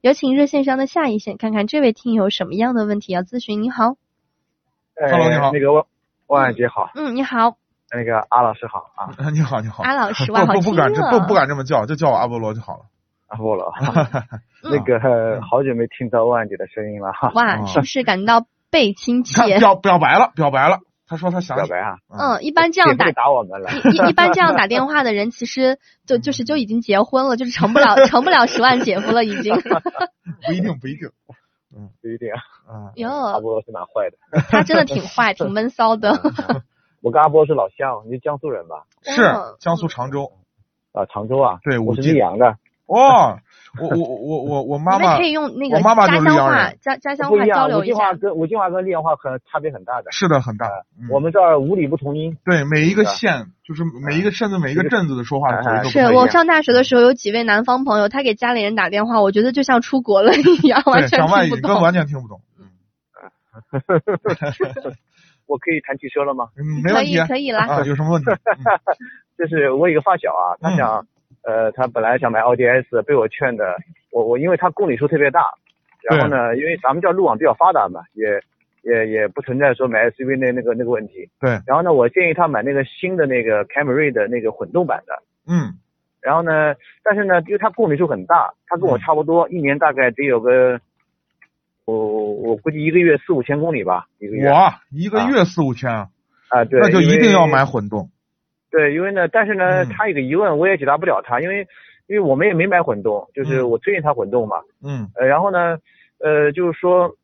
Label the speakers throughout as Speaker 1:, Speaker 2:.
Speaker 1: 有请热线上的下一线，看看这位听友什么样的问题要咨询。你好，
Speaker 2: 哎
Speaker 3: Hello，你好
Speaker 2: 那个万万万姐好，
Speaker 1: 嗯，你好，
Speaker 2: 那个阿老师好啊，
Speaker 3: 你好，你好。
Speaker 1: 阿老师，
Speaker 3: 不
Speaker 1: 哇，好啊
Speaker 3: 不不
Speaker 1: 亲
Speaker 3: 敢这
Speaker 1: 热，
Speaker 3: 不 不敢这么叫，就叫我阿波罗就好了。
Speaker 2: 阿波 罗，那
Speaker 1: 嗯
Speaker 2: 个 好久没听到万姐的声音了哈，
Speaker 1: 哇，
Speaker 3: 啊
Speaker 1: 是不是感到倍 亲
Speaker 3: 你看
Speaker 1: 切？
Speaker 3: 表表白了，表白了。他说他想
Speaker 2: 表白啊，
Speaker 1: 嗯，一般这样
Speaker 2: 也不
Speaker 1: 打
Speaker 2: 会打我们了，
Speaker 1: 一一一般这样打电话的人，其实就就是就已经结婚了，就是成不了成不了十万姐夫了，已 经。
Speaker 3: 不一定不一定
Speaker 2: 不一定，
Speaker 1: 嗯
Speaker 3: 啊。
Speaker 2: 阿
Speaker 1: 哟，
Speaker 2: 波罗是蛮坏的。
Speaker 1: 他真的挺坏，挺闷骚的。
Speaker 2: 我跟阿波是老乡，你是江苏人吧？
Speaker 3: 是
Speaker 1: 嗯
Speaker 3: 江苏常州。
Speaker 2: 啊，常州啊，
Speaker 3: 对
Speaker 2: 我
Speaker 3: 我
Speaker 2: 是
Speaker 3: 记
Speaker 2: 溧阳的，
Speaker 3: 哦，我我我我我 妈
Speaker 1: 你们
Speaker 3: 妈
Speaker 1: 可以用那个
Speaker 3: 我妈妈
Speaker 1: 家
Speaker 3: 就是
Speaker 1: 乡
Speaker 3: 溧阳
Speaker 1: 话
Speaker 3: 人
Speaker 1: 家家乡
Speaker 2: 不
Speaker 1: 话
Speaker 2: 一
Speaker 1: 交
Speaker 2: 样，我
Speaker 1: 流一
Speaker 2: 这话
Speaker 1: 下。
Speaker 2: 跟我这话跟溧阳话很差别很大的，呃
Speaker 3: 是的很大。嗯
Speaker 2: 我们这儿五里不同音，
Speaker 3: 对每一
Speaker 2: 是
Speaker 3: 个
Speaker 2: 的哎
Speaker 3: 县，就是每一个甚至每一个镇子的说话的口音都不
Speaker 1: 是
Speaker 3: 太一
Speaker 1: 我
Speaker 3: 样。
Speaker 1: 上大学的时候，有几位南方朋友，他给家里人打电话，我觉得就像出国了一样，完
Speaker 3: 对，
Speaker 1: 全
Speaker 3: 讲外
Speaker 1: 听
Speaker 3: 语
Speaker 1: 不
Speaker 3: 跟
Speaker 1: 懂。
Speaker 3: 完全听不懂。
Speaker 2: 我可以谈汽车了吗？
Speaker 3: 嗯，没
Speaker 1: 可
Speaker 3: 问题
Speaker 1: 以可以啦，
Speaker 3: 啊，有什么 问题？嗯
Speaker 2: 就是我有个发小啊，他想，呃，他本来想买奥迪 S，被我劝的，我我因为他公里数特别大，然后呢，因为咱们这儿路网比较发达嘛，也也也不存在说买 SUV 那那个那个问题。
Speaker 3: 对，
Speaker 2: 然后呢，我建议他买那个新的那个凯美瑞的那个混动版的。
Speaker 3: 嗯
Speaker 2: 然后呢，但是呢，因为他公里数很大，他跟我
Speaker 3: 嗯
Speaker 2: 差不多，一年大概得有个，我我估计一个月四五千公里吧，一个月。啊、
Speaker 3: 我一个月四五千啊，
Speaker 2: 对，
Speaker 3: 那就一
Speaker 2: 因为
Speaker 3: 定要买混动。
Speaker 2: 对，因为呢，但是呢，
Speaker 3: 嗯
Speaker 2: 他有个疑问，我也解答不了他，因为因为我们也没买混动，就是
Speaker 3: 嗯
Speaker 2: 我推荐他混动嘛。
Speaker 3: 嗯
Speaker 2: 呃，然后呢，呃，就是说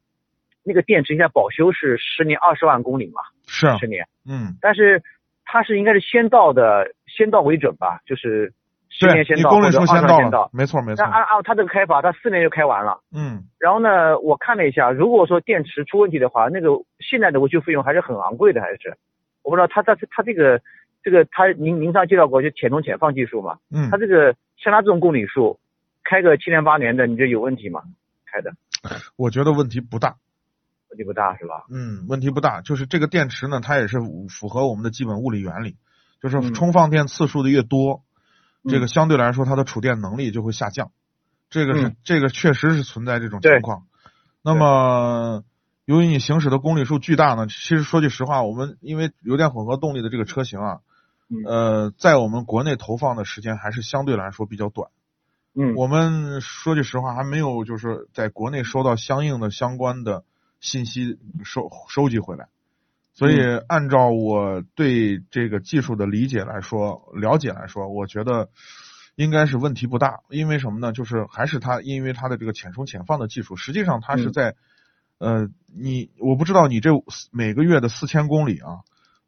Speaker 2: 那个电池现在保修是十年二十万公里嘛，
Speaker 3: 是
Speaker 2: 十年，
Speaker 3: 嗯，
Speaker 2: 但是它是应该是先到的，先到为准吧，就是十年
Speaker 3: 对
Speaker 2: 先
Speaker 3: 你
Speaker 2: 到
Speaker 3: 公
Speaker 2: 或
Speaker 3: 里
Speaker 2: 者
Speaker 3: 数
Speaker 2: 二十年
Speaker 3: 到
Speaker 2: 先
Speaker 3: 了
Speaker 2: 到，。
Speaker 3: 没错没错
Speaker 2: 那。按按他这个开法，他四年就开完了。
Speaker 3: 嗯
Speaker 2: 然后呢，我看了一下，如果说电池出问题的话，那个现在的维修费用还是很昂贵的，还是我不知道他他他这个这个他您您上介绍过就浅充浅放技术嘛，
Speaker 3: 嗯
Speaker 2: 他，这个像他这种公里数，开个七年八年的，你觉得有问题吗？开的
Speaker 3: 我觉得问题不大。
Speaker 2: 问题不大是吧？
Speaker 3: 嗯，问题不大，就是这个电池呢，它也是符符合我们的基本物理原理，就是
Speaker 2: 嗯
Speaker 3: 充放电次数的越多，这
Speaker 2: 嗯
Speaker 3: 个相对来说它的储电能力就会下降，这个是、
Speaker 2: 嗯
Speaker 3: 这个确实是存在这种
Speaker 2: 对
Speaker 3: 情况。那
Speaker 2: 对
Speaker 3: 么，由于你行驶的公里数巨大呢，其实说句实话，我们因为油电混合动力的这个车型啊，
Speaker 2: 嗯
Speaker 3: 呃，在我们国内投放的时间还是相对来说比较短。
Speaker 2: 嗯，
Speaker 3: 我们说句实话，还没有就是在国内收到相应的相关的信息收收集回来，所以
Speaker 2: 嗯
Speaker 3: 按照我对这个技术的理解来说，了解来说，我觉得应该是问题不大。因为什么呢？就是还是它因为它的这个浅充浅放的技术，实际上它是
Speaker 2: 嗯
Speaker 3: 在、呃，你我不知道你这每个月的四千公里啊，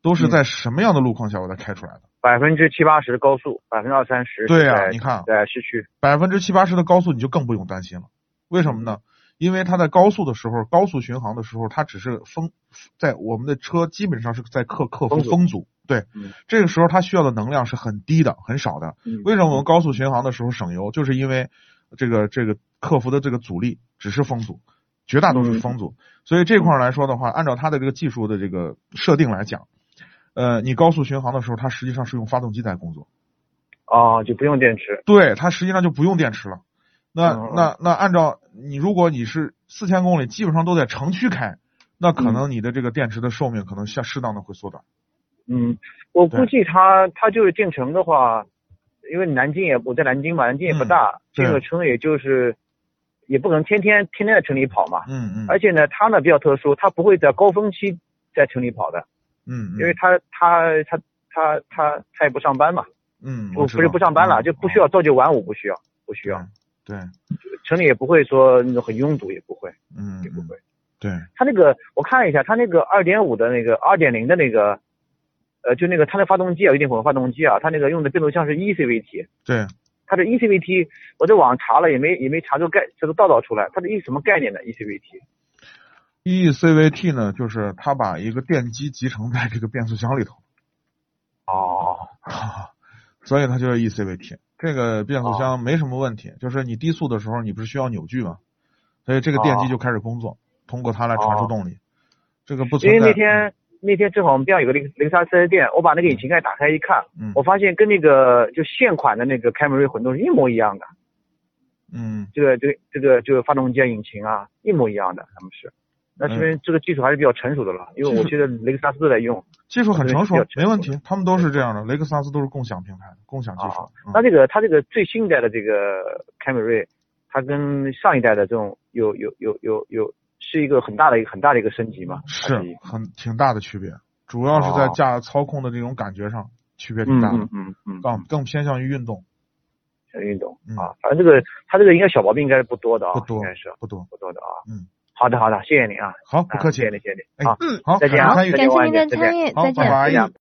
Speaker 3: 都是
Speaker 2: 嗯
Speaker 3: 在什么样的路况下把它开出来的？
Speaker 2: 百分之七八十高速，百分之二三十
Speaker 3: 对呀、
Speaker 2: 在
Speaker 3: 你看，啊
Speaker 2: 在市区，
Speaker 3: 百分之七八十的高速你就更不用担心了。为什么
Speaker 2: 嗯
Speaker 3: 呢？因为它在高速的时候，高速巡航的时候，它只是封在我们的车基本上是在克克服
Speaker 2: 封阻
Speaker 3: 风阻，对
Speaker 2: 嗯，
Speaker 3: 这个时候它需要的能量是很低的、很少的。
Speaker 2: 嗯
Speaker 3: 为什么我们高速巡航的时候省油？就是因为这个这个克服的这个阻力只是风阻，绝大多
Speaker 2: 嗯
Speaker 3: 数是风阻。所以这块儿来说的话，按照它的这个技术的这个设定来讲，呃，你高速巡航的时候，它实际上是用发动机在工作。
Speaker 2: 哦就不用电池，
Speaker 3: 对，它实际上就不用电池了。那
Speaker 2: 嗯
Speaker 3: 那那按照你，如果你是四千公里，基本上都在城区开，那可能你的这个电池的寿命可能像适当的会缩短。
Speaker 2: 嗯，我估
Speaker 3: 对
Speaker 2: 计他他就是进城的话，因为南京也我在南京嘛，南京也不大，进
Speaker 3: 对
Speaker 2: 个城也就是也不可能天天天天在城里跑嘛。
Speaker 3: 嗯嗯，
Speaker 2: 而且呢，他呢比较特殊，他不会在高峰期在城里跑的，
Speaker 3: 嗯，嗯
Speaker 2: 因为他他他他他他也不上班嘛，
Speaker 3: 嗯，
Speaker 2: 不
Speaker 3: 我
Speaker 2: 不
Speaker 3: 知
Speaker 2: 是
Speaker 3: 道
Speaker 2: 不上班了，
Speaker 3: 嗯
Speaker 2: 就不需要朝九晚五，不需要不需要，
Speaker 3: 对，
Speaker 2: 城里也不会说那种很拥堵，也不会
Speaker 3: 嗯
Speaker 2: 也不
Speaker 3: 嗯
Speaker 2: 会。
Speaker 3: 对，
Speaker 2: 他那个我看了一下，他那个二点五的那个二点零的那个，呃，就那个它的发动机啊，有点混合发动机啊，它那个用的变速箱是 ECVT，
Speaker 3: 对，
Speaker 2: 它的 E ECVT 我在网上查了也没也没查出概这个道道出来，它的 E 一什么概念呢？ECVT
Speaker 3: E ECVT 呢，就是它把一个电机集成在这个变速箱里头，
Speaker 2: 哦，
Speaker 3: 所以它就是 E ECVT。这个变速
Speaker 2: 哦
Speaker 3: 箱没什么问题，就是你低速的时候，你不是需要扭矩吗？所以这个电
Speaker 2: 哦
Speaker 3: 机就开始工作，通过它来传输
Speaker 2: 哦
Speaker 3: 动力。这个不
Speaker 2: 因
Speaker 3: 存
Speaker 2: 为
Speaker 3: 在。
Speaker 2: 那天那天正好我们边上有个零零三四 S 店，我把那个引擎盖打开一看，
Speaker 3: 嗯，
Speaker 2: 我发现跟那个就现款的那个凯美瑞混动是一模一样的，
Speaker 3: 嗯
Speaker 2: 这个这个这个就是发动机啊、引擎啊，一模一样的，他们是。那这
Speaker 3: 嗯
Speaker 2: 边这个技术还是比较成熟的了，因为 我记得雷克萨斯在用。
Speaker 3: 技术很成熟
Speaker 2: 比较，成熟
Speaker 3: 没问题，他们都是这样的，雷克萨斯都是共享平台、共享技术
Speaker 2: 啊。
Speaker 3: 嗯
Speaker 2: 那这个它这个最新一代的这个凯美瑞，它跟上一代的这种有有有有有是一个很大的一个很大的一个升级嘛？还
Speaker 3: 是很挺大的区别，主要是在
Speaker 2: 哦
Speaker 3: 驾操控的这种感觉上区别挺
Speaker 2: 嗯
Speaker 3: 大的
Speaker 2: 嗯，嗯嗯，
Speaker 3: 更更偏向于运动，
Speaker 2: 小运动
Speaker 3: 嗯
Speaker 2: 啊，反正这个它这个应该小毛病应该是不多的啊，
Speaker 3: 不多
Speaker 2: 应该是
Speaker 3: 不多。
Speaker 2: 不多的啊。
Speaker 3: 嗯，
Speaker 2: 好的好的，谢谢你啊，
Speaker 3: 好，不
Speaker 2: 啊
Speaker 3: 客气
Speaker 2: 谢谢，你谢谢你
Speaker 3: 哎
Speaker 2: 啊，
Speaker 1: 嗯，
Speaker 3: 好，
Speaker 2: 再见啊
Speaker 3: 感谢参
Speaker 2: 再
Speaker 3: 与
Speaker 2: 见
Speaker 1: 感谢您的参与，
Speaker 3: 好
Speaker 1: 再见
Speaker 3: 拜。
Speaker 2: 再
Speaker 3: 拜
Speaker 2: 见